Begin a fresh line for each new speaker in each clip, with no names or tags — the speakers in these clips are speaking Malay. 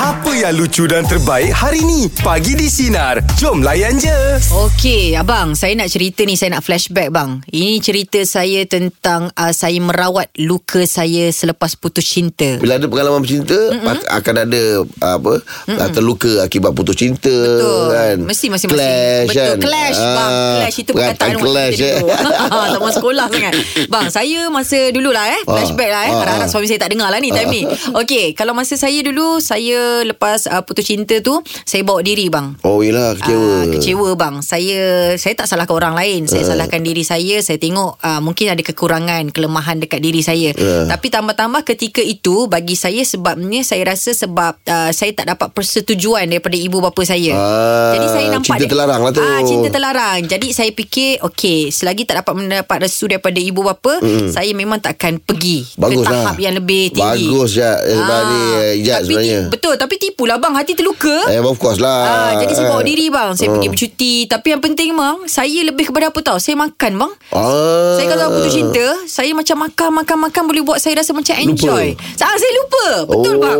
Apa yang lucu dan terbaik hari ni? Pagi di Sinar. Jom layan je.
Okey, abang, saya nak cerita ni, saya nak flashback bang. Ini cerita saya tentang uh, saya merawat luka saya selepas putus cinta.
Bila ada pengalaman bercinta mm akan ada apa Mm-mm. terluka akibat putus cinta
Betul.
kan.
Mesti masing-masing.
clash
Betul,
kan.
clash bang.
Ah,
Clash itu
perkataan
perkataan
clash
kita
eh.
dulu. tak mau sekolah sangat. Bang, saya masa dulu lah eh, flashback lah eh.
ah,
Harap-harap
ah.
suami saya tak dengar lah ni time ni. Okey, kalau masa saya dulu, saya lepas uh, putus cinta tu, saya bawa diri bang.
Oh yelah kecewa. Ah.
Ah, kecewa bang. Saya saya tak salahkan orang lain. Saya uh. salahkan diri saya. Saya tengok uh, mungkin ada kekurangan, kelemahan dekat diri saya.
Ah.
Uh. Tapi tambah-tambah ketika itu bagi saya sebabnya saya rasa sebab uh, saya tak dapat persetujuan daripada ibu bapa saya.
Ah,
Jadi saya nampak
cinta terlarang lah tu.
Ah, cinta terlarang. Jadi saya fikir okey, selagi tak dapat mendapat restu daripada ibu bapa, mm. saya memang takkan pergi
Bagus
ke tahap
lah.
yang lebih tinggi.
Bagus ya sebenarnya
Ah,
Ijat
tapi
sebenarnya.
ti- Betul tapi tipulah bang hati terluka.
Eh of course lah.
Ah, jadi saya bawa
Eh.
diri bang Saya pergi bercuti Tapi yang penting bang Saya lebih kepada apa tau Saya makan bang
Ah.
Saya kalau putus cinta Saya macam makan Makan makan Boleh buat saya rasa macam enjoy Sa- ah, Saya lupa Betul
Oh.
bang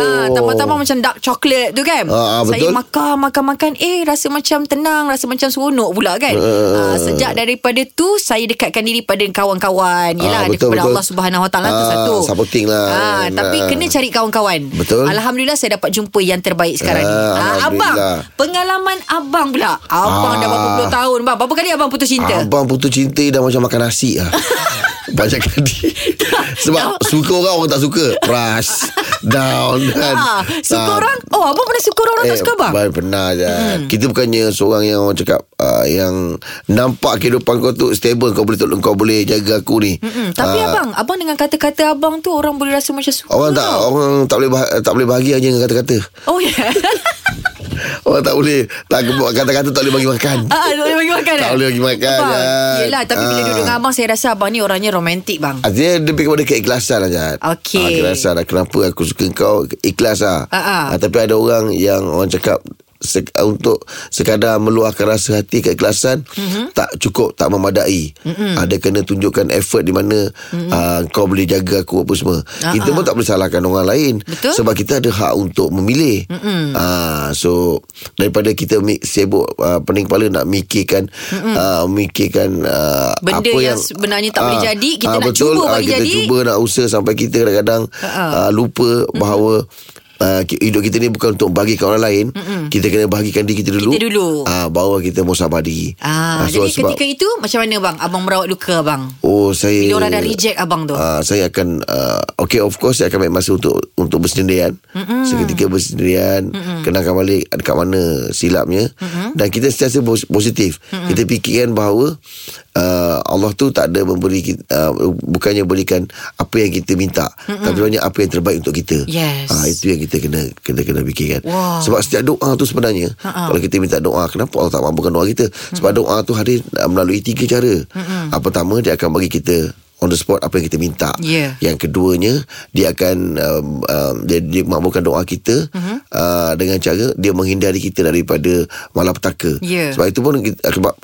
ah, Tambah-tambah macam dark chocolate tu kan
Ah, ah,
Saya
betul.
makan makan makan Eh rasa macam tenang Rasa macam seronok pula kan ah, Sejak daripada tu Saya dekatkan diri pada kawan-kawan Yelah
Ah,
ada
betul,
kepada
betul.
Allah Subhanahu Wa Taala tu
Ah,
satu
supporting lah.
ah, Tapi
Ah.
kena cari kawan-kawan
Betul.
Alhamdulillah saya dapat jumpa yang terbaik sekarang ni
Ah,
ah, Abang
Alhamdulillah.
Pengalaman abang pula Abang dah
Ah.
berapa puluh tahun bang Berapa kali abang putus cinta?
Abang putus cinta dah macam makan nasi lah. Banyak kali Sebab suka orang Orang tak suka Rush Down kan
Ah, suka
Ah, Eh,
orang Oh abang pernah suka orang Orang tak suka abang
baik, Pernah je hmm. Kita bukannya seorang yang orang cakap uh, Yang nampak kehidupan kau tu Stable Kau boleh tolong Kau boleh jaga aku ni
Mm, Tapi
Ah,
abang Abang dengan kata-kata abang tu Orang boleh rasa macam suka
Orang tak Orang tak boleh bah- Tak boleh bahagia je Dengan kata-kata
Oh ya yeah.
Orang tak boleh tak, Kata-kata tak boleh bagi makan
ah, Tak boleh bagi makan
Tak
eh?
boleh bagi makan,
abang.
Jad.
Yelah tapi bila
Ah.
duduk dengan abang Saya rasa abang ni orangnya romantik bang
Artinya Ah, lebih kepada keikhlasan lah Jad
Okey.
ah, Keikhlasan lah Kenapa aku suka kau Ikhlas lah
Ah, ah.
Ah, Tapi ada orang yang orang cakap sek- ah, untuk sekadar meluahkan rasa hati keikhlasan
Mhm.
mm-hmm. tak cukup tak memadai mm-hmm. ada kena tunjukkan effort di mana
Mhm.
mm-hmm. uh, kau boleh jaga aku apa semua uh-huh. kita pun tak boleh salahkan orang lain
Ah, Betul. Mhm.
sebab kita ada hak untuk memilih mm-hmm. uh, so daripada kita mi- sibuk uh, pening kepala nak mikirkan
Mhm.
mm-hmm. uh, mikirkan uh,
Benda
apa
yang
yang,
sebenarnya tak boleh
ah,
jadi, kita
ah,
nak
betul,
cuba
ah,
bagi
kita
jadi.
cuba nak usaha sampai kita kadang-kadang
Ah.
uh, lupa bahawa Uh, hidup kita ni bukan untuk bagikan orang lain Mm-mm. Kita kena bahagikan diri kita dulu
Kita dulu.
uh, Bahawa kita muhasabah diri
ah,
Ah, so,
Jadi ketika itu Macam mana bang Abang merawat luka abang
Oh saya
Bila orang dah reject abang tu
Uh, saya akan uh, Okay of course Saya akan ambil masa untuk Untuk bersendirian Mm-mm. Seketika bersendirian Mm-mm. Kenangkan balik Dekat mana silapnya Mm-mm. Dan kita sentiasa pos- positif Mm-mm. Kita fikirkan bahawa uh, Allah tu tak ada memberi kita, uh, Bukannya berikan Apa yang kita minta Mm-mm. Tapi sebenarnya apa yang terbaik untuk kita
Yes.
Ah, Itu yang kita kena Kita kena fikirkan
Wow.
Sebab setiap doa tu sebenarnya
Ha-ha.
Kalau kita minta doa Kenapa Allah tak mampukan doa kita Sebab doa tu hadir uh, Melalui tiga cara mm Pertama dia akan bagi kita on the spot apa yang kita minta.
Yeah.
Yang keduanya dia akan um, um, dia, dia makbulkan doa kita
Mm-hmm.
uh-huh. uh, dengan cara dia menghindari kita daripada malapetaka.
Yeah.
Sebab itu pun kita, eh, sebab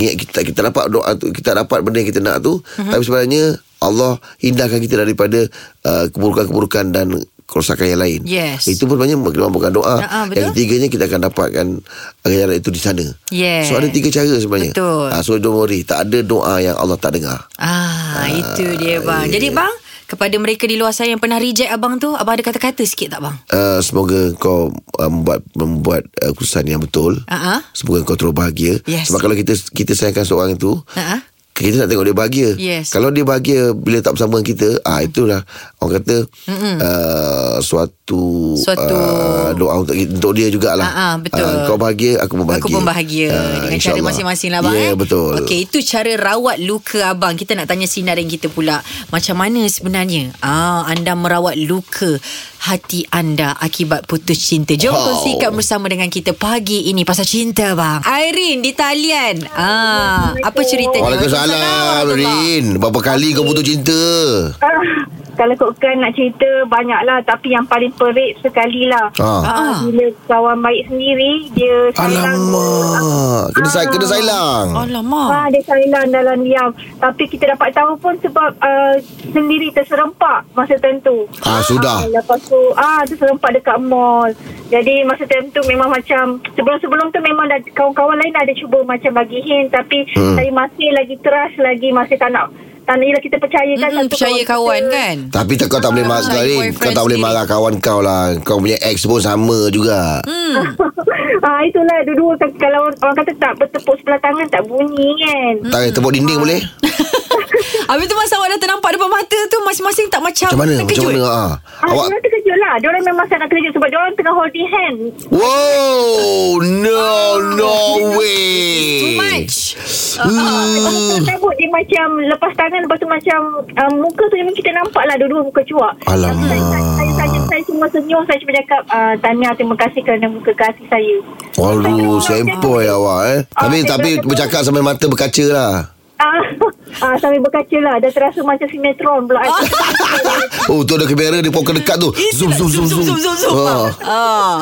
ingat kita kita dapat doa tu kita dapat benda yang kita nak tu uh-huh.
Mm-hmm.
tapi sebenarnya Allah hindarkan kita daripada uh, keburukan-keburukan dan kerosakan yang lain.
Yes.
Itu pun sebenarnya memakbulkan doa.
Ah, ah, betul.
yang ketiganya kita akan dapatkan ganjaran itu di sana.
Yes.
So ada tiga cara sebenarnya.
Betul.
Ah, so don't worry, tak ada doa yang Allah tak dengar.
Ah, itu dia
ya.
bang. Jadi bang, kepada mereka di luar sana yang pernah reject abang tu, abang ada kata-kata sikit tak bang?
Uh, semoga kau uh, membuat membuat uh, keputusan yang betul.
Ah, ah.
Semoga kau terus bahagia.
Yes.
Sebab kalau kita kita sayangkan seorang itu,
Ah, ah.
kita nak tengok dia bahagia.
Yes.
Kalau dia bahagia bila tak bersama dengan kita, ah itulah orang kata uh, suatu
Suatu-
uh, doa untuk untuk dia jugalah.
Ah, ah, betul.
Ah, kau bahagia, aku pun bahagia.
Aku pun bahagia
Ah,
dengan cara
insyaAllah.
masing-masing lah bang.
Ya,
eh?
betul.
Okey, itu cara rawat luka abang. Kita nak tanya sinarin kita pula. Macam mana sebenarnya ah anda merawat luka hati anda akibat putus cinta? Jom wow.
Wow.
kongsikan bersama dengan kita pagi ini pasal cinta bang. Irene di talian. Ah, apa ceritanya?
Waalaikumsalam, Rin. Berapa kali kau putus cinta?
Ah, kalau ikutkan nak cerita banyaklah tapi yang paling perit sekali lah.
Ah.
Ah.
Ah. Bila kawan baik sendiri dia sayang.
Alamak. Kena, ah. kena sailang.
Ha,
Alamak.
dia silent dalam diam. Tapi kita dapat tahu pun sebab uh, sendiri terserempak masa tentu.
Ah, sudah.
Ah, lepas tu, ah, terserempak dekat mall. Jadi masa time tu memang macam, sebelum-sebelum tu memang dah, kawan-kawan lain dah ada cuba macam bagi hint. Tapi
Hmm.
hmm. saya masih lagi teras lagi, masih tak nak. Tak nak, yelah kita percayakan.
Mm,
satu
percaya kawan kan?
Tapi tak, kau tak boleh marah
Kawan
sekali.
boyfriend
Kau tak boleh
sendiri.
marah kawan kau lah. Kau punya ex pun sama juga.
ah, itulah, dua-dua kan- kalau orang, orang kata tak bertepuk sebelah tangan tak bunyi kan.
Tak boleh tepuk dinding boleh?
Habis tu masa awak dah ternampak depan mata tu masing-masing tak macam,
Macam mana? Macam
terkejut.
mana? Ah.
Ah,
Awak
Awak... Diorang terkejut lah. Diorang memang sangat terkejut sebab diorang tengah holding hand.
Wow, no, no way.
Too much.
Hmm.
Hmm.
Takut dia macam lepas tangan lepas tu macam um, muka tu memang kita nampak lah dua-dua muka cuak.
Alamak.
Saya, saya, saya, saya, saya cuma senyum saya cuma cakap uh, Tania terima kasih kerana muka kasih saya.
Aduh, sempoi awak eh. Tapi
Ah,
tapi
betul-betul.
bercakap sampai mata berkaca lah.
Ah, ah, sampai berkaca lah Dah terasa macam sinetron pula
Oh, tu ada kamera dia pokok dekat tu. Zoom zoom zoom zoom.
lah. Zoom, zoom, zoom.
Ah.
Ah.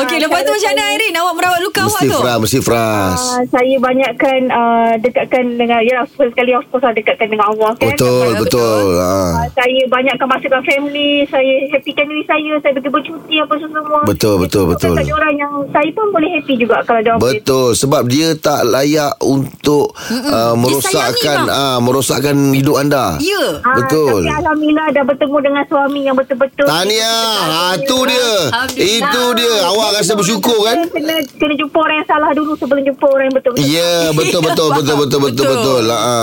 Okey,
Ah,
lepas tu
kalau
macam mana
saya-
Irene? Awak merawat luka awak
Mesti
tu?
fras, mesti fras.
Ah, saya banyakkan uh, dekatkan dengan ya first sekali of course lah dekatkan dengan Allah kan.
Betul,
Sampai-
betul. Ah.
Ah, saya banyakkan masukkan family saya happykan diri saya saya pergi bercuti apa semua
Betul, betul,
Saya
betul.
tunjukkan kat orang yang saya pun boleh happy juga kalau dia orang
Betul sebab dia tak layak untuk uh, merosakkan
Disayangi,
ah merosakkan hidup anda.
Ya.
Ah,
Betul.
Tapi Alhamdulillah dah bertemu dengan suami yang betul-betul.
Tahniah. Ha tu dia.
Alhamdulillah.
Itu dia. Awak rasa bersyukur kan?
Ah, Kena, kena jumpa orang yang salah dulu sebelum jumpa orang yang betul-betul.
Ya, betul betul betul betul betul betul. Ha.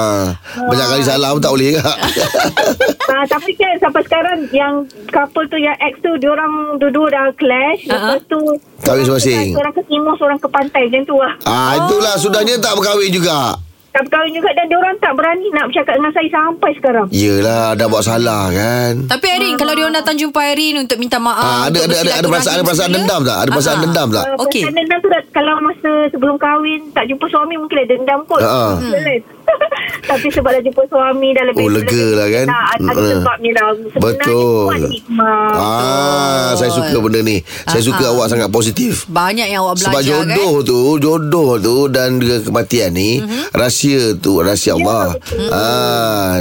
Banyak kali salah pun tak boleh juga.
Ah, tapi kan sampai sekarang yang couple tu yang ex tu diorang dua-dua dah clash.
Ah, ah.
Lepas tu
Kahwin masing-masing.
Orang ke timur, orang ke pantai macam tu lah.
Ah itulah sudahnya tak berkahwin juga.
Tak berkahwin juga dan diorang tak berani nak bercakap dengan saya sampai sekarang.
Yelah dah buat salah kan.
Tapi Irene, kalau dia orang datang jumpa Irene untuk minta
Ah,
maaf.
ada
untuk
ada ada, ada perasaan ada perasaan
bersilaturahim
dendam tak? Ada perasaan
Ah.
dendam tak?
Ah,
Okey.
Perasaan dendam tu dah- kalau masa sebelum kahwin tak jumpa suami mungkin ada dendam kot.
Ah.
Betul kan? Tapi sebab dah jumpa suami dah lebih
Oh, lega lah kan?
Tak, ada
Mm,
sebabnya dah. Sebenarnya
Betul.
kuat hikmah.
Ah, saya suka benda ni. Saya suka awak sangat positif.
Banyak yang awak
Sebab
belajar
jodoh
kan?
tu Jodoh tu Dan juga kematian ni
Mhm.
mm-hmm. Rahsia tu
Ya.
Rahsia Allah ah,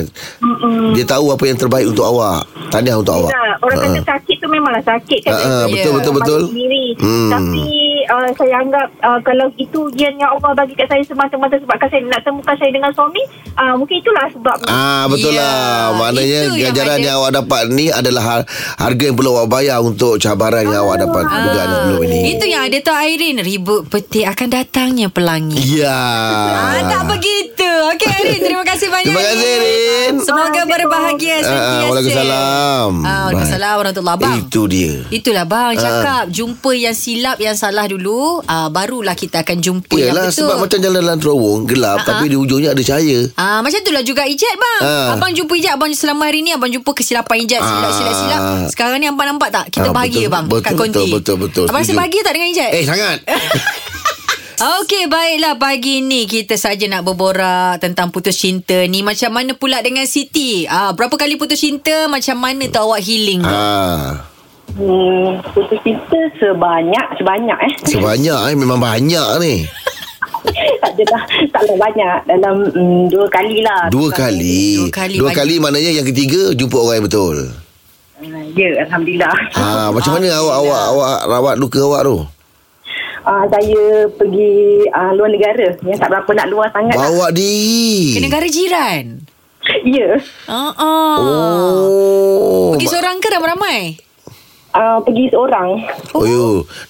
Dia tahu apa yang terbaik untuk awak Tahniah untuk awak
Nah, Ya, orang
Ah,
kata
ah.
sakit tu memanglah sakit kan.
Ah, ah,
betul,
Kita
betul, betul.
bagi Sendiri.
Hmm.
Tapi uh, saya anggap uh, kalau itu yang yang Allah bagi kat saya semata-mata sebabkan saya nak temukan saya dengan suami, uh, mungkin itulah sebabnya.
Ah betul
Ya,
lah Maknanya
itu yang
ganjaran
ada.
yang, awak dapat ni Adalah har- harga yang perlu awak bayar Untuk cabaran yang awak dapat Dugaan sebelum ini
Ah. kan? Itu yang ada tau Irene Ribut peti akan datangnya pelangi
Ya
Ah, tak begitu. Okey, Rin. Terima kasih banyak.
Terima kasih, Rin.
Semoga berbahagia
Ah, ah,
sentiasa.
Waalaikumsalam.
Ah, Waalaikumsalam warahmatullahi wabarakatuh.
Itu dia
Itulah bang
Ah.
cakap Jumpa yang silap Yang salah dulu ah, Barulah kita akan jumpa
Yalah
Yang Ya, betul
sebab macam jalan-jalan terowong Gelap Tapi di ujungnya ada cahaya
Ah, macam itulah juga Ijat bang
Ah.
Abang jumpa Ijat Abang selama hari ni Abang jumpa kesilapan Ijat
Ah.
Silap-silap-silap Sekarang ni abang nampak tak Kita
Ah,
bahagia
betul,
bang
betul,
Kat
betul,
konti
betul, betul,
Abang rasa
setuju.
bahagia tak dengan Ijat
Eh sangat
Okey baiklah pagi ni kita saja nak berborak tentang putus cinta ni macam mana pula dengan Siti? Ah berapa kali putus cinta macam mana tu awak healing? Ah.
Ah.
Hmm, putus cinta sebanyak sebanyak eh.
Sebanyak eh Memang banyak ni
tak ada lah, taklah banyak dalam mm, dua kali lah.
Dua kali
Dua kali
Dua
banyak.
kali maknanya yang ketiga Jumpa orang yang betul
Uh, ya, alhamdulillah.
ha, Macam mana awak, awak awak rawat luka awak tu
Uh, saya pergi uh, luar negara. Ya, tak berapa nak luar sangat. lah.
Bawa diri
Ke negara jiran.
Ya.
Ah ah.
Oh
Pergi seorang ke ramai-ramai?
Uh, pergi seorang.
Oh, yo,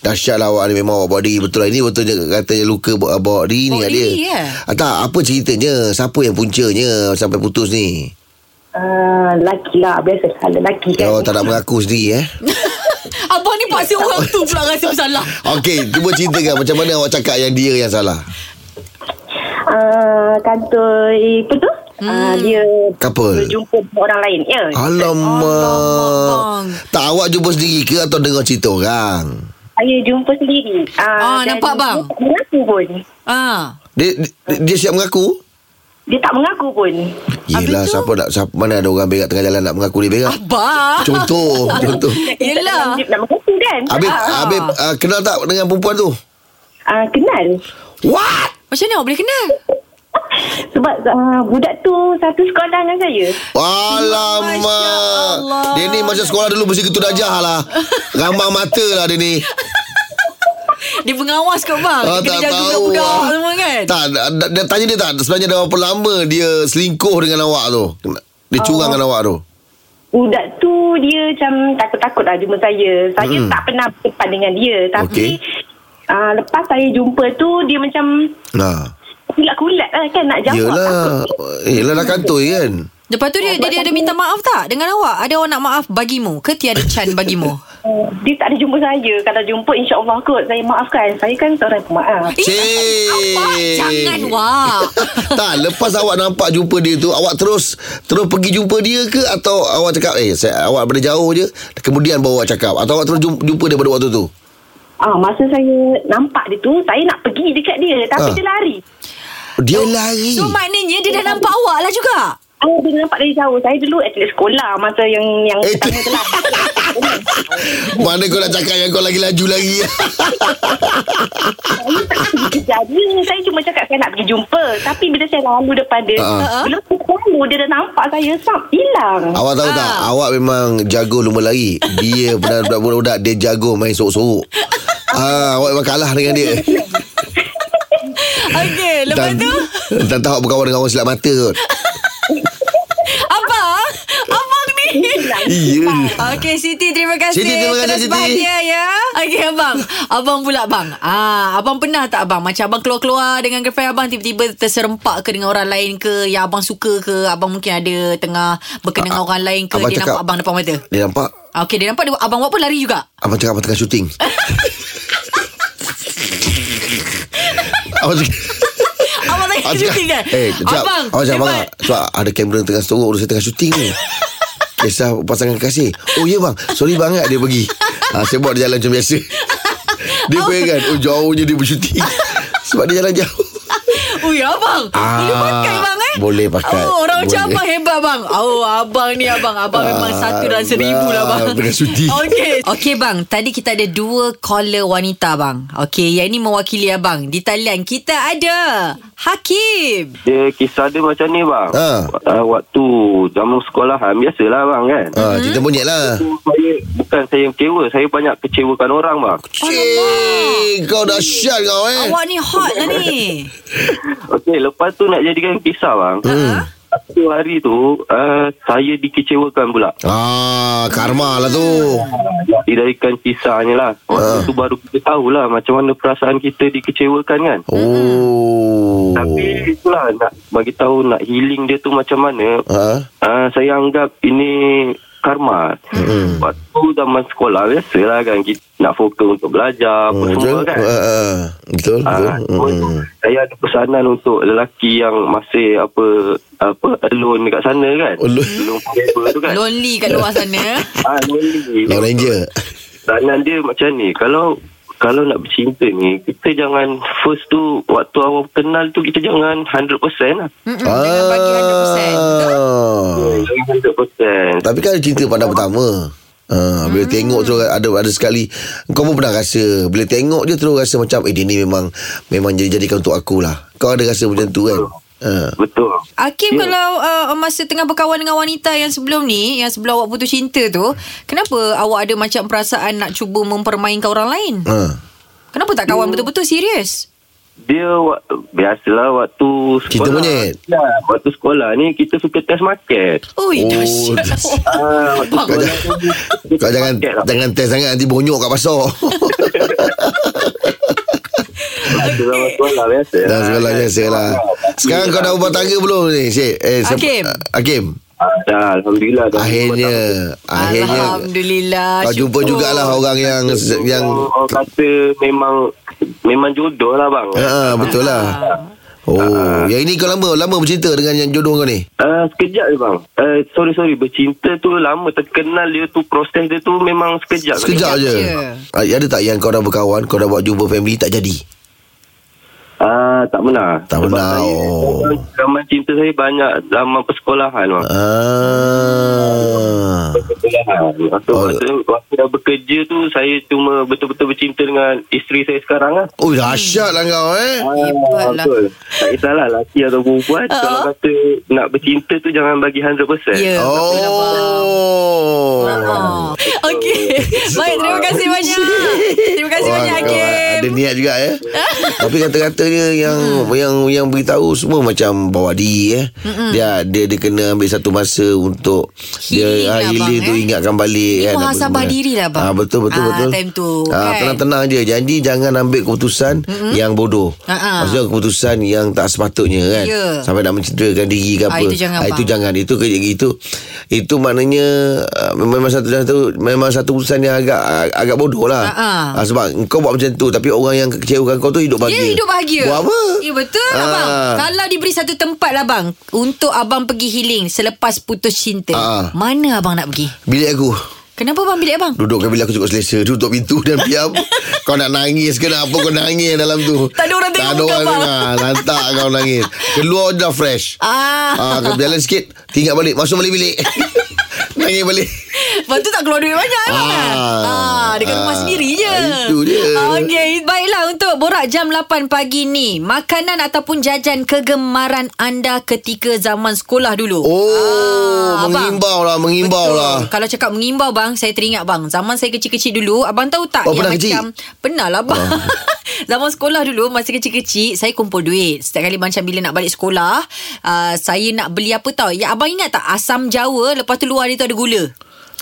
dahsyat lah awak ni memang awak bawa diri betul lah. Ini betul je katanya luka bawa, bawa diri ni
Bawa
kat
diri,
dia.
eh?
Ah, tak, apa ceritanya? Siapa yang puncanya sampai putus ni?
Uh, lelaki lah. Biasalah lelaki
Ya,
kan.
Kalau tak nak mengaku sendiri eh.
Abang ni paksa orang tu pula rasa bersalah.
Okey, cuba ceritakan macam mana awak cakap yang dia yang salah.
Uh, kantoi apa tu? Hmm. Uh, dia
Couple.
berjumpa dengan orang lain. Ya.
Ah. Alamak.
bang.
Tak awak jumpa sendiri ke atau dengar cerita orang?
Saya jumpa sendiri. Uh,
Ah, nampak, Ah, bang?
Aku pun.
Ah.
Dia dia, dia siap mengaku?
dia tak mengaku pun.
Yelah
Habis tu? Ah.
siapa nak siapa, Mana ada orang berak tengah jalan Nak mengaku dia berak
Abang.
Contoh Contoh
Yelah.
Dia tak nak mengaku kan?
Habib,
Ah.
Habib uh, kenal tak dengan perempuan tu?
Ah, kenal.
What?
Macam mana awak boleh kenal?
Sebab ah, budak tu satu sekolah dengan saya.
Masya
Alamak
Allah.
Dia ni masa sekolah dulu Mesti ketua dajah lah Ramang mata lah dia ni
Dia pengawas ke bang?
Ah,
Dia kena jaga budak-budak semua kan?
Tak dah, dah, dah tanya dia tak Sebenarnya dah berapa lama Dia selingkuh dengan awak tu Kena- Dia curang
Oh.
dengan awak tu
Budak tu dia macam takut-takut lah jumpa saya. Saya
Mm-mm.
tak pernah berdepan dengan dia. Tapi ah, lepas saya jumpa tu dia macam
Nah
kulat-kulat lah kan nak jawab.
Yelah
Takut.
Yelah dah kantoi kan
Lepas tu dia, dia, dia ada minta maaf tak dengan awak? Ada orang nak maaf bagimu ke tiada can bagimu?
Ah, Dia tak ada jumpa saya. Kalau jumpa insyaAllah kot saya maafkan. Saya kan seorang pemaaf.
Eh, Abang, jangan wak.
tak lepas awak nampak jumpa dia tu awak terus terus pergi jumpa dia ke atau awak cakap eh saya, awak daripada jauh je kemudian baru awak cakap atau awak terus jumpa, jumpa dia pada waktu tu
Ah, masa saya nampak dia tu, saya nak pergi dekat dia. Tapi
Ah.
ah. dia lari.
dia lari
Oh, So maknanya dia dah nampak awak lah juga.
Ah, dia nampak dari jauh. Saya dulu atlet sekolah masa yang yang
Eh,
pertama tu lah.
mana kau nak cakap yang kau lagi laju lagi
Saya tak pergi kejar dia. Saya cuma cakap saya nak pergi jumpa. Tapi bila saya lalu depan dia,
Ah.
uh-huh. belum saya lalu, dia dah nampak saya sam hilang.
awak tahu tak
Ah.
awak memang jago lumba lari dia benar budak-budak dia jago main sorok-sorok Ah, awak memang kalah dengan dia
Okey, lepas tu
Dan tahu awak berkawan dengan orang silap mata kot
abang, abang ni.
Iya
Okey Siti terima kasih
Siti, terima kasih,
Terus
Siti.
bahagia ya Okey abang Abang pula abang ah, Abang pernah tak abang Macam abang keluar-keluar Dengan girlfriend abang Tiba-tiba terserempak ke Dengan orang lain ke Yang abang suka ke Abang mungkin ada Tengah berkenan dengan orang lain ke
Ah, abang
Dia
cakap-
nampak abang depan mata
Dia nampak
Ah, Okey dia nampak dia, Abang buat pun lari juga
Abang cakap abang tengah syuting Abang cakap
Abang tak
abang
kena
Ah, cakap,
syuting kan
Eh kejap
Abang
Abang cakap abang
hebat.
Sebab ada kamera tengah setorok tu, Saya tengah syuting ni Kisah pasangan kasih Oh ya bang Sorry bang kan dia pergi ha, Saya buat dia jalan macam biasa Dia bayangkan Oh jauhnya dia bersyuting Sebab dia jalan jauh
Ui abang ah, Boleh
Ah,
pakai bang eh
boleh pakai.
oh, Orang macam
Boleh.
abang hebat bang Oh abang ni abang Abang memang
Ah,
satu dan seribu lah bang
bang, tengah cuti.
Okey Okey bang Tadi kita ada dua caller wanita bang Okey yang ini mewakili abang Di talian kita ada Hakim
Dia kisah dia macam ni bang.
Ha.
Uh, waktu zaman sekolahan biasalah bang kan.
ha,
Mhm.
Cerita monyet lah
Uh. Saya bukan saya kecewa, saya banyak kecewakan orang bang.
Cik Kau dahsyat kau eh
Awak ni hot lah ni
Okey, lepas tu nak jadikan kisah bang.
hmm.
Satu hari tu uh, saya dikecewakan pula.
Ah, karma lah tu
Didarikan kisahnya lah. Waktu tu baru kita tahulah macam mana perasaan kita dikecewakan kan.
Oh
Tapi itulah nak bagi tahu nak healing dia tu macam mana.
Ha?
Uh, saya anggap ini karma. Hmm. Waktu zaman sekolah biasalah kan kita nak fokus untuk belajar apa
Hmm, betul?
semua kan.
Ah, ah, ah. betul, betul.
Ah,
Hmm.
Saya ada pesanan untuk lelaki yang masih apa apa alone dekat sana kan.
Alone.
Alone forever tu kan.
Lonely kat luar sana
Ah, lonely.
Lone Ranger.
Pesanan dia macam ni. Kalau kalau nak bercinta ni, kita jangan first tu waktu awal kenal tu kita jangan 100% lah.
Mm-mm, Hmm, Dengan bagi 100%
Hmm. 100%.
Ah. Tapi kan ada cinta pandang pertama. Ha, bila hmm. tengok terus ada ada sekali kau pun pernah rasa bila tengok je terus rasa macam eh dia ni memang memang jadi jadikan untuk aku lah. Kau ada rasa macam tu kan? Ha.
Betul.
Hakim yeah.
Ya.
kalau uh, masa tengah berkawan dengan wanita yang sebelum ni Yang sebelum awak putus cinta tu Kenapa awak ada macam perasaan nak cuba mempermainkan orang lain?
Ha.
Kenapa tak
Ya.
kawan betul-betul serius?
Dia wak, biasalah waktu sekolah.
Cinta monyet.
Ya, waktu sekolah ni kita suka test market.
Ui,
Oh,
oh, dahsyat
dahsyat.
Ah, waktu
Bang.
sekolah tu, kita
Kau
test
jangan
market lah.
jangan test sangat nanti bonyok kat pasar.
Waktu zaman sekolah biasa. Ah,
dah sekolah biasa lah. Sekarang kau dah ubah tangga belum ni, Syed? Eh, siapa-
Hakim.
Hakim.
Ah, Dah, Alhamdulillah. Dah
Akhirnya akhirnya
Alhamdulillah
kau jumpa
syukur.
jugalah orang yang yang
Yang orang kata memang memang jodoh lah bang.
ha, ha, betul lah. Oh, yang ini kau lama lama bercinta dengan yang jodoh kau ni.
Uh, sekejap je bang uh, Sorry sorry Bercinta tu lama Terkenal dia tu Proses dia tu Memang sekejap
Sekejap ya,
je.
je. Ah, Ada tak yang kau dah berkawan, kau dah buat jumpa family tak jadi?
Ah, tak pernah.
Tak
Sebab
pernah,
saya-
oh.
zaman- Zaman cinta saya banyak zaman persekolahan. Mak.
Ah.
Persekolahan. Waktu,
Oh.
waktu, waktu dah bekerja tu, saya cuma betul-betul bercinta dengan isteri saya sekarang lah. Ah,
Oh dahsyat lah kau eh
Hebat lah.
betul. Tak kisahlah lelaki atau perempuan.
Ah.
Kalau kata nak bercinta tu jangan bagi 100%.
Ya, betul lah, Abang.
Oh
Oh. Okey. Baik, terima kasih banyak. Terima kasih
Wah,
banyak,
kau
Hakim. Hmm.
Ada niat juga ya. Tapi kata-katanya yang yang yang beritahu semua macam bawa diri eh. Dia dia dia kena ambil satu masa untuk
Healing
dia
lah,
ah,
abang,
healing tu
eh.
ingatkan balik
Ni
kan. apa
muhasabah
benda.
diri lah, abang.
Ah betul betul
Ah,
betul.
time tu,
Ah
kan?
tenang-tenang je. Jadi jangan ambil keputusan yang bodoh.
Ah, ah.
Maksudnya keputusan yang tak sepatutnya kan.
Ya.
Sampai nak mencederakan diri ke
Ah,
apa.
itu jangan,
Ah, itu
abang.
jangan itu ke itu itu maknanya ah, memang satu satu memang satu urusan yang agak ah, agak bodoh lah.
Ah, ah.
Ah, sebab kau buat macam tu Tapi orang yang kecewakan kau tu Hidup bahagia
Ya hidup bahagia
Buat apa
Ya betul
Ah.
abang Kalau diberi satu tempat lah abang Untuk abang pergi healing Selepas putus cinta
Ah.
Mana abang nak pergi?
Bilik aku
Kenapa abang bilik abang?
Dudukkan bilik aku cukup selesa Tutup pintu dan diam Kau nak nangis ke nak apa Kau nangis dalam tu
Tak ada orang
Tak
tengok
ada
muka
orang
abang.
dengar Lantak kau nangis Keluar je dah fresh
Ah.
ah Kau jalan sikit Tinggal balik Masuk balik bilik Nangis balik
Lepas tu tak keluar duit banyak ah, kan?
Ah.
ah, Dekat rumah
Ah,
sendiri je
itu dia.
Okey Baiklah untuk borak jam 8 pagi ni Makanan ataupun jajan kegemaran anda ketika zaman sekolah dulu
Oh
Ah, abang.
Mengimbau lah Mengimbau
Betul.
lah
Kalau cakap mengimbau bang, saya teringat bang. Zaman saya kecil-kecil dulu, abang tahu tak
Oh, pernah kecil? Ah.
pernah lah bang. Zaman sekolah dulu Masa kecil-kecil Saya kumpul duit Setiap kali macam Bila nak balik sekolah uh, Saya nak beli apa tau Ya abang ingat tak Asam jawa Lepas tu luar dia tu ada gula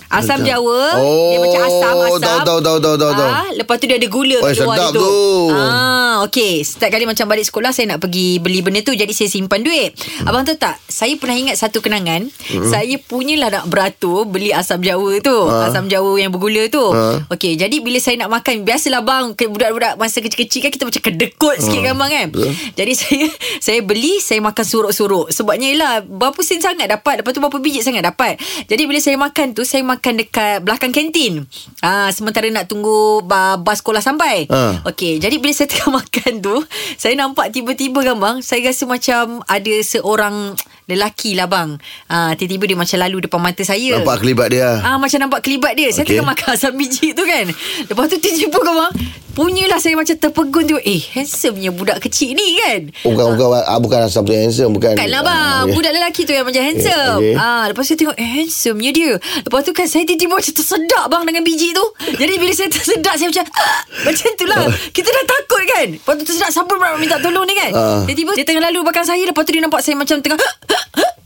Asam jawa Dia
Oh,
macam asam-asam
tahu, tahu, tahu, tahu, tahu, tahu.
Ah, Lepas tu dia ada gula
Oi,
kat luar
sedap
dia tu
tu.
ah, Okay Setiap kali macam balik sekolah Saya nak pergi beli benda tu Jadi saya simpan duit Abang tahu tak Saya pernah ingat satu kenangan Saya punyalah nak beratur Beli asam jawa tu
Ah.
Asam jawa yang bergula tu
Ah.
Okay jadi bila saya nak makan Biasalah bang ke- Budak-budak masa kecil-kecil kan Kita macam kedekut sikit kan bang kan
Ah. Betul.
Jadi saya Saya beli Saya makan sorok-sorok Sebabnya ialah Berapa sen sangat dapat Lepas tu berapa biji sangat dapat Jadi bila saya makan tu Saya makan dekat Belakang kantin ah, Sementara nak tunggu ba- Bas sekolah sampai
Ah.
Okey, jadi bila saya tengah makan tu, saya nampak tiba-tiba kan bang, saya rasa macam ada seorang lelaki lah bang. Ah, tiba-tiba dia macam lalu depan mata saya.
Nampak kelibat dia
Ah macam nampak kelibat dia. Saya
Okey.
tengah makan asam biji tu kan. Lepas tu tiba-tiba kan bang, punyalah saya macam terpegun tu. Eh, handsomenya budak kecil ni kan.
Oh, bukan, bukan, ah, bukan asam tu yang handsome Bukan
Kan lah bang
Ah,
Budak lelaki tu yang macam handsome
okey.
okay. ah, Lepas tu saya tengok Eh handsomenya dia Lepas tu kan saya tiba-tiba macam tersedak bang Dengan biji tu Jadi bila saya tersedak Saya macam ah, Macam tu lah Kita dah takut kan Lepas tu tersedak Siapa nak minta tolong ni kan
Ah.
Tiba-tiba dia tengah lalu belakang saya Lepas tu dia nampak saya macam tengah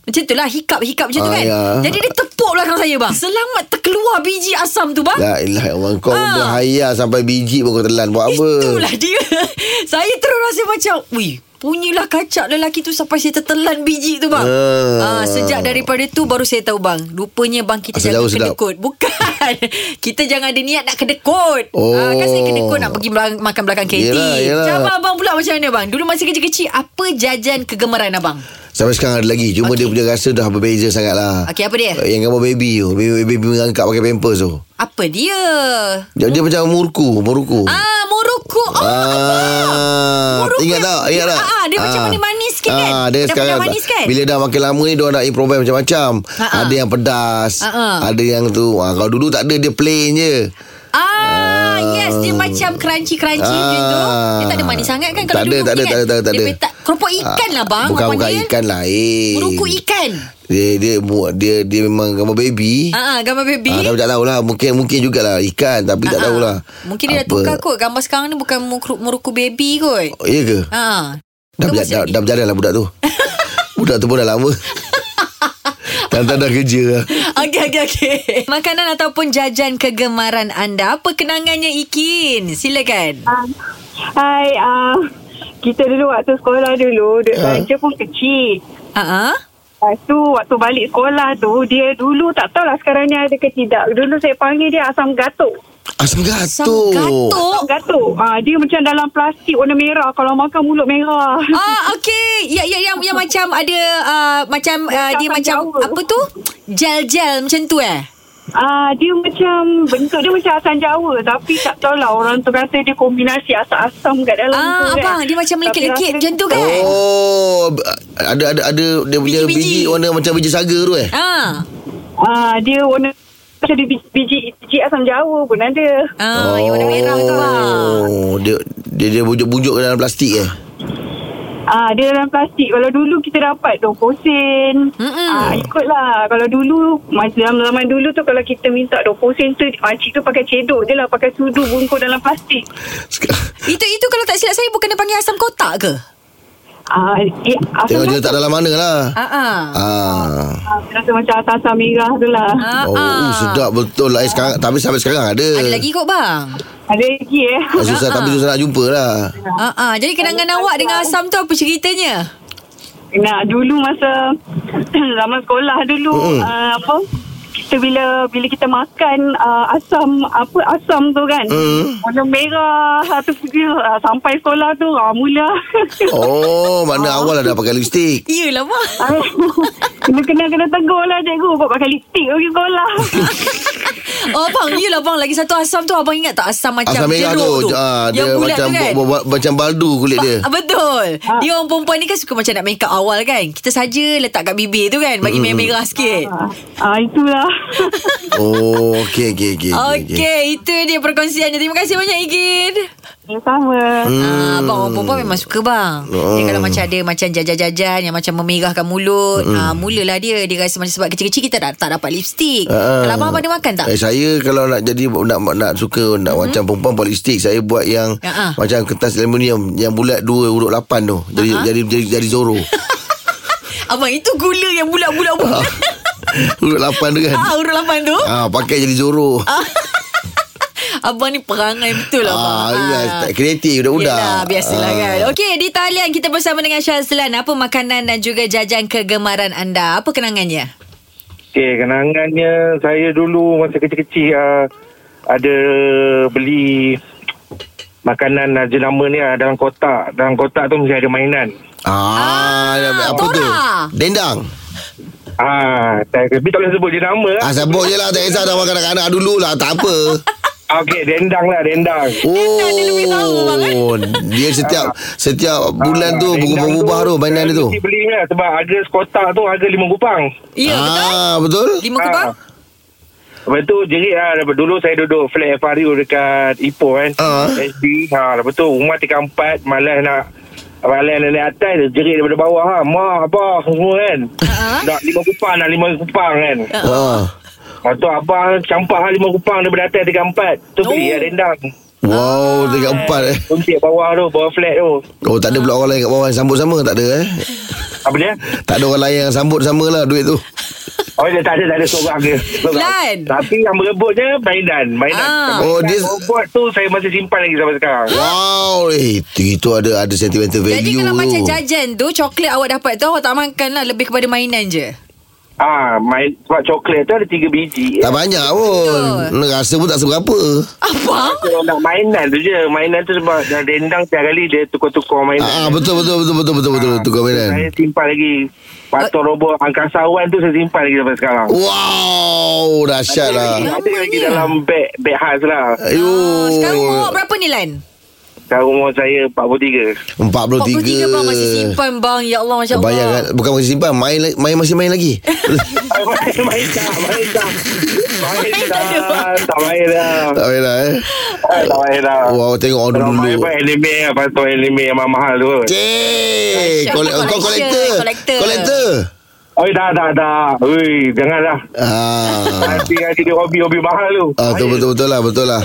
macam tu lah Hikap-hikap macam tu
Ah,
kan
ya.
Jadi dia tepuk belakang saya bang Selamat terkeluar biji asam tu bang
La ilah ya Allah Kau
Ah.
berhayal sampai biji pun kau telan Buat apa
Itulah dia Saya terus rasa macam Wih Punyalah kacak lelaki tu Sampai saya tertelan biji tu bang ah.
Ah.
Sejak daripada tu Baru saya tahu bang Rupanya bang Kita
Asam
jangan
jauh sedap.
kedekut Bukan Kita jangan ada niat Nak kedekut
Oh.
ah, Kan saya kedekut Nak pergi belang, makan belakang kantin
Yelah, yelah.
Macam abang pula macam mana bang Dulu masa kecil-kecil Apa jajan kegemaran abang
Sampai sekarang ada lagi Cuma
Okey.
dia punya rasa dah berbeza sangat lah
Okey, apa dia?
Yang gambar baby tu Baby, baby mengangkat pakai pampers tu
Apa dia
Dia, dia macam murku Murku
Ah Morocco Oh
Ah,
Muruk
ingat
dia-
tak? Ingat
dia-
tak?
ah, dia macam manis-manis sikit kan?
Ah, dia
Ada
sekarang
pedas manis kan?
bila dah makin lama ni dia orang nak improvise macam-macam.
Ah, ah.
Ada yang pedas,
Ah, ah.
ada yang tu. Ah, kalau dulu tak ada dia plain je.
Ah, yes Dia macam crunchy-crunchy
Ah.
Kan, macam tu Dia tak ada manis sangat kan
Tak
Kalau
ada,
dulu
tak ada,
ingat,
tak ada, tak ada, tak
Dia
ada. Ah,
petak keropok ikan lah bang
Bukan
abang
bukan
panggil.
ikan lain.
Merukuk ikan
Dia dia buat dia dia memang gambar baby.
Ah, ah, gambar baby
Ah, tapi tak tahulah Mungkin mungkin jugalah Ikan Tapi
Ah,
tak
ah.
tahulah
Mungkin dia dah
Apa-
tukar kot Gambar sekarang ni bukan murukuk, murukuk baby kot
Oh, iya ke?
Ah,
Dah,
Kau
berja-
masih
dah,
lagi?
dah berjalan lah budak tu Budak tu pun dah lama Tantan dah kerja lah
Okey, okey, okey Makanan ataupun jajan kegemaran anda Apa kenangannya Ikin?
Ah.
Silakan
Ah. Hai, uh, kita dulu waktu sekolah dulu, duit
Ah.
belanja pun kecil.
Ah, ah.
Lepas tu waktu balik sekolah tu Dia dulu tak tahulah sekarang ni ada ke tidak Dulu saya panggil dia asam gatuk
Asam
Asam
Ah, gatuk
Asam
gatuk
gatuk ha, Dia macam dalam plastik warna merah Kalau makan mulut merah
Ah okey. Ya ya yang yang macam ada uh, macam uh, dia
Asam
macam
jawa.
apa tu? Gel-gel macam tu eh.
Ah, dia macam bentuk dia macam asam Jawa tapi tak tahulah orang tu kata dia kombinasi asam-asam kat dalam tu
Ah,
kan.
abang dia macam
Tapi
lekit-lekit
rasa-
macam tu kan?
Oh, b- ada ada ada dia punya
Biji-biji.
biji, warna macam biji saga tu eh.
Ah.
Ah, dia warna macam dia biji, biji, biji asam Jawa pun ada.
Ah, yang warna merah tu bang.
Oh, dia dia dia bujuk-bujuk dalam plastik eh.
Ah, dia dalam plastik. Kalau dulu kita dapat 20 sen.
Mm-mm.
Ah, ikutlah. Kalau dulu, masa dalam zaman dulu tu kalau kita minta 20 sen tu, makcik tu pakai cedok je lah. Pakai sudu bungkus dalam plastik.
Sek-
Itu itu kalau tak silap saya bukan dia panggil asam kotak ke?
Ah, eh,
Tengok
asam
je letak dalam mana lah.
Ah ah.
Ah.
Ah, rasa macam asam-asam merah tu lah.
Ah,
Oh,
ah.
uh, sedap betul lah. Eh, sekarang, tapi sampai sekarang ada.
Ada lagi kot bang.
Ada lagi eh.
Ah, susah
Ah,
tapi
ah.
susah nak jumpa lah.
Ah ah. Jadi kenangan awak dengan asam tu apa ceritanya?
Nah, dulu masa zaman sekolah dulu
Mm-mm.
uh, apa kita bila bila kita makan uh, asam apa asam tu kan
Mm.
warna merah satu pergi uh, sampai sekolah tu ah, mula
Ah.
Oh, mana awal lah dah pakai lipstick.
Iyalah bang.
Ah, kena kena kena tegur lah cikgu buat pakai lipstick lah. pergi sekolah
Oh bang, iyalah bang lagi satu asam tu abang ingat tak asam macam
Asam merah
jeruk tu.
tu.
kan?
Ah, dia
bulat
macam bu- bu- macam baldu kulit dia.
Ah, betul.
Ha.
Dia orang perempuan ni kan suka macam nak make up awal kan. Kita saja letak kat bibir tu kan
Hmm.
bagi merah-merah sikit.
ah, itulah
Oh, okey okey okey.
Okey, okay, itu dia perkongsiannya. Terima kasih banyak Igin.
Ya, sama
Hmm. Ah, abang orang perempuan memang suka bang.
Oh.
Hmm. Dia kalau macam ada macam jajan-jajan yang macam memerahkan mulut, hmm. ah mulalah dia dia rasa macam sebab kecil-kecil kita tak, tak dapat lipstick.
Ah.
Kalau abang abang dia makan tak? Mhm.
Eh, saya kalau nak jadi nak nak suka nak hmm. macam perempuan polistik saya buat yang
Ah, ah.
macam kertas aluminium yang bulat dua huruf lapan tu. Jadi jadi jadi, jadi Zoro.
Abang itu gula yang bulat-bulat. bulat.
huruf lapan tu kan.
ah, huruf lapan tu.
Ah, pakai jadi Zoro.
Abang ni perangai betul lah abang.
Ah, ah, kreatif budak-budak.
Yelah, biasalah
Ah.
kan. Okey, di talian kita bersama dengan Syazlan. Apa makanan dan juga jajan kegemaran anda? Apa kenangannya?
Okey, kenangannya saya dulu masa kecil-kecil uh, ada beli makanan uh, jenama ni uh, dalam kotak. Dalam kotak tu mesti ada mainan.
Ah, apa tu?
Tora.
Dendang.
Ah, tak, tapi tak boleh sebut jenama.
Ah, sebut je lah. Tak kisah dah makan anak-anak dulu lah. Tak apa.
Ah, Okey, dendang lah, dendang.
Dendang dia lebih tahu, bang, kan?
Oh, dia setiap setiap bulan
Ah,
tu
dendang
berubah-ubah tu mainan dia tu.
Saya mesti beli lah sebab harga sekotak tu harga lima kupang.
Ya, betul.
Ah, betul?
Lima kubang?
Ah. Lepas tu jerit lah Lepas dulu saya duduk Flat FRU dekat Ipoh kan
Ah.
SP ha, Lepas tu rumah tingkat empat Malas nak Malas nak naik atas dia Jerit daripada bawah ha. Mak abah semua kan Nak lima kupang Nak lima kupang kan
Ah.
Lepas tu abah campak lah lima kupang Daripada atas tingkat empat Tu beli lah rendang
Ah.
Wow, dekat empat eh.
Untuk bawah tu Bawah flat tu
Oh, tak ada pula orang lain kat bawah yang sambut sama? Tak ada eh?
Apa dia?
Tak ada orang lain yang sambut sama lah duit tu.
Oh dia tak ada Tak ada seorang je Seorang.
Lan.
Tapi yang merebutnya Mainan Mainan
Ah.
Mainan
Oh, dia-
Robot tu saya masih simpan lagi sampai sekarang
Wow, eh, itu, itu ada ada sentimental value
Jadi kalau
tu.
macam jajan tu, coklat awak dapat tu, awak tak makan lah. Lebih kepada mainan je.
Ah, main sebab coklat tu ada tiga biji.
tak banyak pun. Rasa pun tak seberapa.
Abang?
Kalau nak mainan tu je. Mainan tu sebab dah rendang tiap kali dia tukar-tukar mainan.
Ah, betul betul betul betul betul betul betul kau
Saya
mainan.
simpan lagi. Patung robot angkasawan tu saya simpan lagi sampai sekarang.
Wow, dahsyat lah.
Ada lagi dalam beg beg khas lah.
Oh, sekarang
Ayuh.
awak berapa ni, Lan?
Sekarang umur saya 43.
43.
43 bang masih simpan bang. Ya Allah, Masya Allah.
Bayangkan kan? bukan masih simpan, main la- main masih main lagi.
main, main tak, main tak. Main tak,
ada,
tak main dah.
tak payah lah eh.
Ah, Tak main dah.
Wow, tengok order
Kalau main
dulu.
pun anime lah. Patung anime yang mahal
Cik,
tu.
Dahsyat.
kole- kau
Collection,
kolektor.
collector.
Kolektor.
Oi, dah, dah, dah. Ui, jangan lah.
Ah.
Nanti nanti dia hobi-hobi mahal tu.
Ah, tu betul betul lah, betul lah.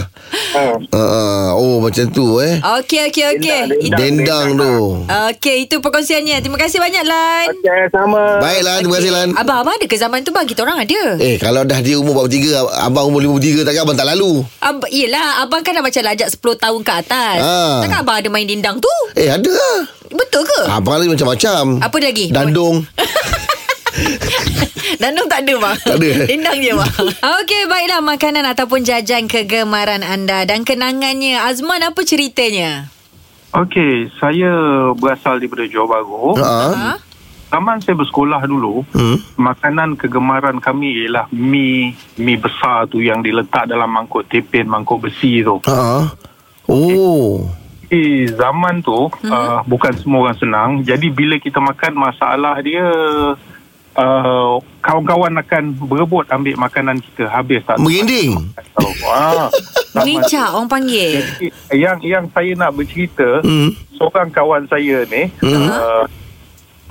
Ah.
Ah, ah. oh macam tu eh.
Okey, okey, okey.
Dendang,
Itu-
Dendang tu.
Okey, itu perkongsiannya. Terima kasih banyak, Lan.
Okay, sama.
Baiklah, terima kasih Lan.
Ah, Abang, abang ada ke zaman tu bang? Kita orang ada.
Eh, kalau dah dia umur berapa tiga, abang umur 53 takkan abang tak lalu.
Ab, yelah, abang kan dah macam lajak 10 tahun ke atas.
Ah.
Takkan abang ada main dindang tu?
Eh, ada lah.
Betul ke?
Abang lagi macam-macam.
Ah. Apa lagi?
Dandung.
Dandung tak ada bang
Tak ada.
Dindang je bang Okey baiklah Makanan ataupun jajan kegemaran anda Dan kenangannya Azman apa ceritanya? Oh.
Okey, saya berasal daripada Johor Bahru.
Ha.
Ha?
Zaman saya bersekolah dulu, hmm? makanan kegemaran kami ialah mi mi besar tu yang diletak dalam mangkuk tepin, mangkuk besi tu.
Ah.
Ha. Oh.
Di zaman tu hmm. uh, bukan semua orang senang. Jadi bila kita makan masalah dia uh, kawan-kawan akan berebut ambil makanan kita habis tak?
Merinding.
tahu. Ah, zaman tu.
Merica orang panggil.
Jadi, yang yang saya nak bercerita
Hmm.
seorang kawan saya ni
Hmm.
uh,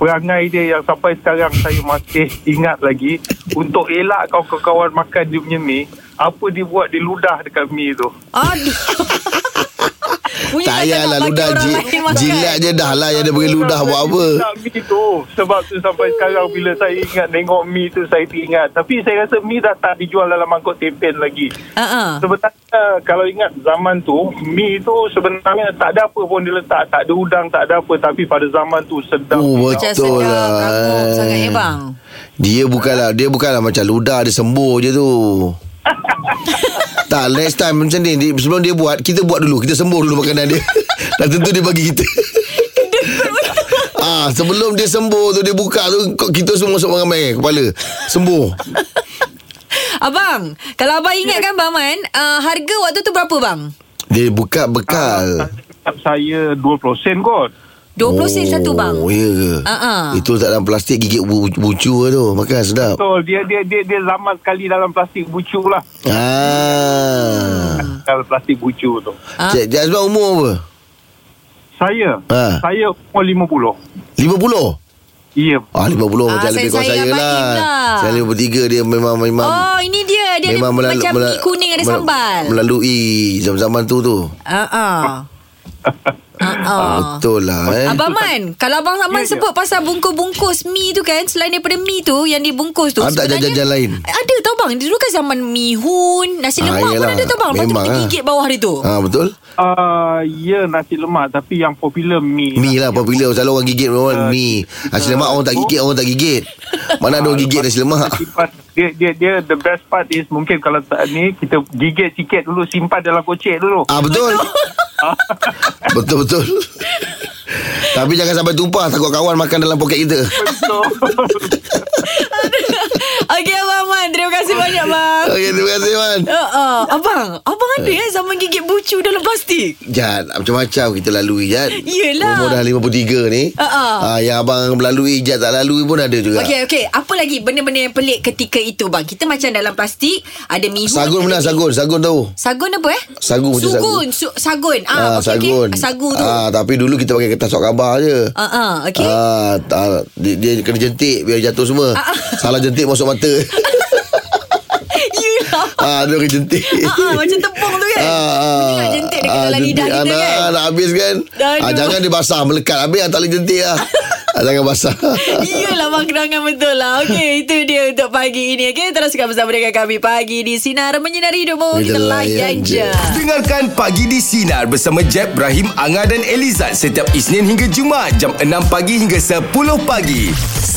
perangai dia yang sampai sekarang saya masih ingat lagi untuk elak kawan-kawan makan dia punya mi apa dia buat dia ludah dekat mi tu
Aduh. Bunyi
Tak
macam
payahlah
nak bagi
ludah
orang
ji,
lain makan.
jilat je dah lah yang dia beri ludah buat apa.
Tak mi tu sebab tu sampai sekarang bila saya ingat tengok mi tu saya teringat tapi saya rasa mi dah tak dijual dalam mangkuk tempen lagi
Ha ah.
Sebenarnya kalau ingat zaman tu Mi tu sebenarnya tak ada apa pun dia letak Tak ada udang, tak ada apa Tapi pada zaman tu sedap
Oh,
Macam
betul
sedap,
lah.
kagum sangat, eh, bang.
Dia bukanlah dia bukanlah macam ludah dia sembur je tu. tak, next time macam ni dia- Sebelum dia buat Kita buat dulu Kita sembur dulu makanan dia Dah tentu dia bagi kita Ah, Sebelum dia sembur tu Dia buka tu kau- Kita semua masuk ramai Kepala Sembur
Abang, kalau abang ingat kan Bang Man, uh, harga waktu tu berapa bang?
Dia buka bekal
Saya 20 sen kot
20 oh, sen satu bang. Ah,
Oh ya ke
Ah-ah.
Itu tak dalam plastik Gigit bu- bucu tu Makan sedap
So dia dia dia dia zaman sekali dalam plastik bucu lah
Ah.
Dalam plastik bucu tu
Ah.
Cik Cik Azman umur apa?
Saya
Ha.
Saya umur
50?
50 Ya
Ah 50 ah, macam
saya-
lebih kurang
saya
saya,
abang
lah.
Im lah.
Saya lebih tiga dia memang memang
Oh, ini dia. Dia
memang
ada
melalu-
macam
mela-
mi kuning ada
mela-
sambal.
Melalui zaman-zaman tu tu.
Ha ah. Ha ah.
Betul lah eh.
Abang Man, kalau Abang Man sebut pasal bungkus-bungkus mi tu kan, selain daripada mi tu yang dibungkus tu,
Ada Ah, tak
sebenarnya-
jajan-jajan lain?
Ada tau bang. Dulu kan zaman mi hun, nasi
Ah,
lemak pun
yelah.
ada tau bang. Lepas tu
Memang
kita
lah.
gigit bawah dia tu.
Ah betul.
uh, Ya nasi lemak Tapi yang popular mi
Mi lah popular Selalu orang gigit memang mi Nasi lemak orang tak gigit Orang tak gigit Mana ada orang gigit nasi lemak
Simpan. Dia, dia, dia the best part is mungkin kalau tak ni kita gigit sikit dulu simpan dalam kocek dulu.
Ah betul Betul-betul Tapi jangan sampai tumpah Takut kawan makan dalam poket kita
Okey Abang Man, terima kasih banyak bang.
Okay terima kasih Man
Uh, uh, abang, abang ada eh zaman gigit bucu dalam plastik.
Jad Macam-macam kita lalui Jad
Yelah.
Umur dah 53 ni
Ha-ha.
ah, Yang abang melalui Jad tak lalui pun ada juga
Okey okey, apa lagi benda-benda yang pelik ketika itu bang? Kita macam dalam plastik, ada mi hun.
Sagun pernah Sagun Sagun tahu
Sagun apa eh?
Sagu macam
Sugun, su- sagun. Ah, okey okey. Sagu tu.
ah, Tapi dulu kita pakai kertas sok khabar je
Ah, ah, okey.
Ah, ah, dia, dia kena jentik biar jatuh semua.
Ah, ah.
Salah jentik masuk mata.
Yelah.
ah, dia kena jentik. ah.
Ah, ah, macam tepung tu kan. Bunyi nak jentik dekat dalam lidah kita
anak,
kan.
Ah, Nak habis kan. Ah,
Aduh.
jangan dia basah melekat. Habis ah, tak boleh jentik lah. ah, jangan basah.
Iyalah bang kenangan betul lah Okey itu dia untuk pagi ini Okey teruskan bersama dengan kami Pagi di Sinar Menyinari Hidupmu Kita
Kita
layan
layan
je
je.
Dengarkan Pagi di Sinar bersama Jeb, Ibrahim, Anga dan Elizad setiap Isnin hingga Jumaat jam 6 pagi hingga 10 pagi.